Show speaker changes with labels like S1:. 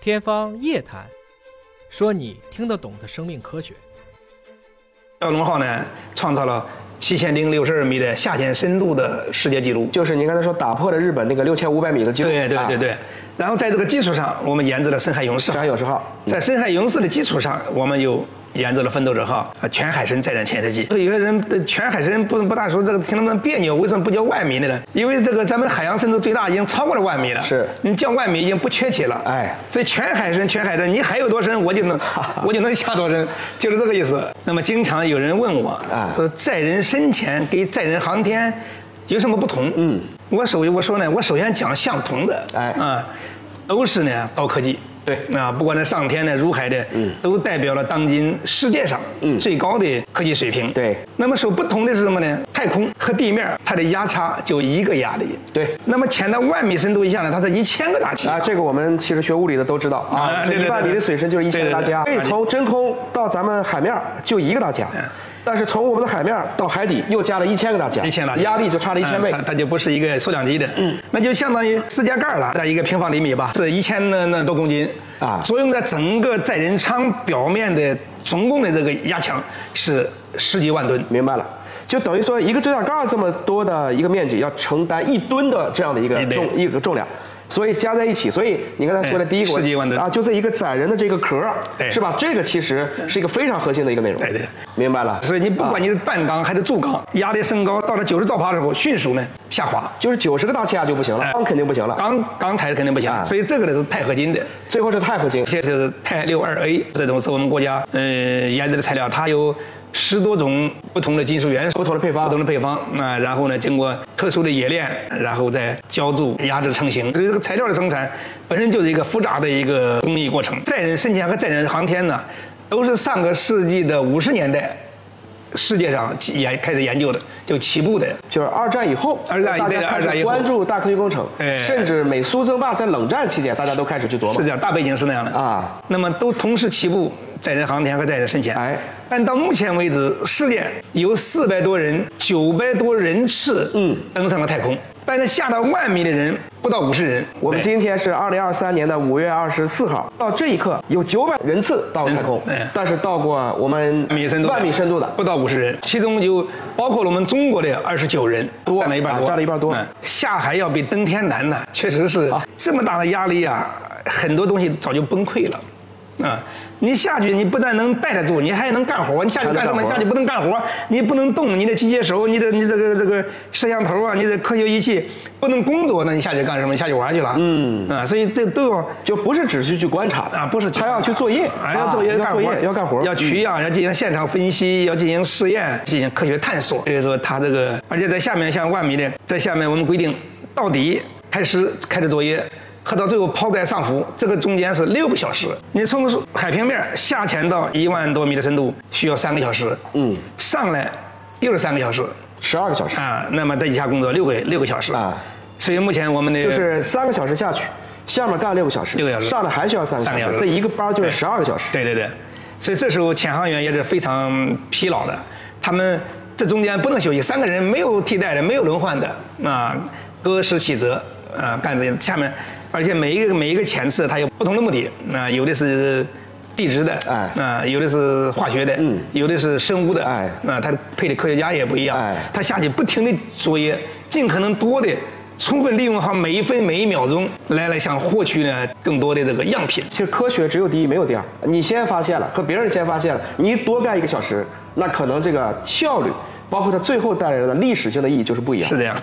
S1: 天方夜谭，说你听得懂的生命科学。
S2: 蛟龙号呢，创造了七千零六十二米的下潜深度的世界纪录。
S3: 就是您刚才说打破了日本那个六千五百米的记录，啊
S2: 对对对对。然后在这个基础上，我们研制了深海勇士
S3: 上
S2: 号
S3: 海。有时嗯号，
S2: 在深海勇士的基础上，我们又研制了奋斗者号啊全海参载人潜射机。有些人对全海参不不大熟，这个听他们别扭，为什么不叫万米的呢？因为这个咱们的海洋深度最大已经超过了万米了，
S3: 是
S2: 你叫万米已经不缺题了。
S3: 哎
S2: 所以全海参，全海参，你海有多深，我就能我就能下多深，就是这个意思。那么经常有人问我
S3: 啊
S2: 说载人深潜跟载人航天有什么不同？嗯，我首我说呢，我首先讲相同的，
S3: 哎
S2: 啊，都是呢高科技。
S3: 对嗯
S2: 啊，不管是上天的、如海的，都代表了当今世界上最高的科技水平。
S3: 对
S2: 那么所不同的是什么呢？太空和地面它的压差就一个压力。
S3: 对
S2: 那么潜到万米深度以下呢，它是一千个大气压。
S3: 啊，这个我们其实学物理的都知道
S2: 啊
S3: 啊，这
S2: 对对
S3: 一万
S2: 对
S3: 米的水深就是一
S2: 对
S3: 千
S2: 对
S3: 大
S2: 对
S3: 家，
S2: 对嗯
S3: 所以从真空到咱们海面儿就一个大家，但是从我们的海面儿到海底又加了一千个大家，
S2: 一千大
S3: 压力就差了一千
S2: 嗯
S3: 倍
S2: 它，它就不是一个数量级的，嗯，那就相当于四加盖儿了，在一个平方厘米吧，是一千那那多公斤
S3: 啊
S2: 作用在整个载人舱表面的总共的这个压强是十几万吨。
S3: 明白了。就等于说，一个遮甲盖儿这么多的一个面积，要承担一吨的这样的一个
S2: 一吨
S3: 重一个重量，所以加在一起，所以你刚才说的
S2: 哎
S3: 第一个
S2: 世纪万吨
S3: 啊，就这一个载人的这个壳儿，
S2: 对
S3: 是吧？这个其实是一个非常核心的一个内容。
S2: 对对
S3: 明白了。啊
S2: 所以你不管你是半缸还是注缸，压力升高到了九十兆帕的时候，迅速呢下滑。
S3: 就是九十个大气压就不行了，
S2: 哎
S3: 钢肯定不行了，
S2: 钢钢材肯定不行，
S3: 啊
S2: 所以这个呢是钛合金的，
S3: 最后是钛合金。
S2: 这是钛六二 A 这种是我们国家呃研制的材料，它有十多种不同的金属元素，
S3: 不同的配方
S2: 不同的配方啊、然后呢经过特殊的冶炼，然后再浇铸压制成型。所以这个材料的生产本身就是一个复杂的一个工艺过程。载人深潜和载人航天呢，都是上个世纪的五十年代。世界上起研开始研究的，就起步的，
S3: 就是二战以后，
S2: 二战以
S3: 大
S2: 对
S3: 家
S2: 的
S3: 开
S2: 二战
S3: 始
S2: 以后
S3: 关注大科学工程，
S2: 哎
S3: 甚至美苏争霸在冷战期间，大家都开始去琢
S2: 是
S3: 磨
S2: 这样，大背景是那样的
S3: 啊。
S2: 那么都同时起步载人航天和载人深潜。
S3: 哎
S2: 但到目前为止，世界有四百多人，九百多人次，嗯，登上了太空，但是下到万米的人不到五十人。
S3: 我们
S2: 对
S3: 今天是二零二三年的五月二十四号，到这一刻有九百人次到太空
S2: 哎，
S3: 但是到过我们
S2: 米深度的
S3: 嗯万米深度的，
S2: 不到五十人，其中有包括了我们中国的二十九人，
S3: 多
S2: 占了一半多，嗯
S3: 啊占了一半多啊
S2: 下海要比登天难呐，确实是这么大的压力啊，很多东西早就崩溃了，啊。你下去，你不但能待得住，你还能干活。你下去干什么？
S3: 还能干活
S2: 下去不能干活，你不能动，你的机械手，你的你这个这个摄像头啊，你的科学仪器不能工作，那你下去干什么？你下去玩去了。嗯啊，所以这都要
S3: 就不是只是去观察的
S2: 啊，不是
S3: 他要去作业，
S2: 还要作业、
S3: 啊
S2: 干
S3: 要作
S2: 活，
S3: 业要干活，嗯
S2: 要取样，要进行现场分析，要进行试验，进行科学探索。所以说，它这个，而且在下面像万米的，在下面我们规定，到底开始开始作业。和到最后抛在上浮，这个中间是六个小时。你从海平面下潜到一万多米的深度需要三个小时，嗯，上来又是三个小时
S3: 十二个小时，
S2: 啊。那么在以下工作六个六个小时
S3: 啊。
S2: 所以目前我们的
S3: 就是三个小时下去，下面干六个小时，
S2: 六个小时
S3: 上来还需要三个
S2: 三
S3: 小
S2: 个小
S3: 时，
S2: 时
S3: 这一个班就是
S2: 对
S3: 十二个小时，
S2: 对对对，所以这时候潜航员也是非常疲劳的，他们这中间不能休息，三个人没有替代的，没有轮换的啊，各司其责啊，干这下面，而且每一个每一个潜次它有不同的目的，啊，有的是。地质的，
S3: 哎
S2: 啊，有的是化学的，嗯，有的是生物的，
S3: 哎
S2: 啊，它配的科学家也不一样，
S3: 哎
S2: 他下去不停地作业，尽可能多的充分利用好每一分每一秒钟，来来想获取呢更多的这个样品。
S3: 其实科学只有第一没有第二，你先发现了和别人先发现了，你多干一个小时，那可能这个效率，包括它最后带来的历史性的意义就是不一样。
S2: 是这样。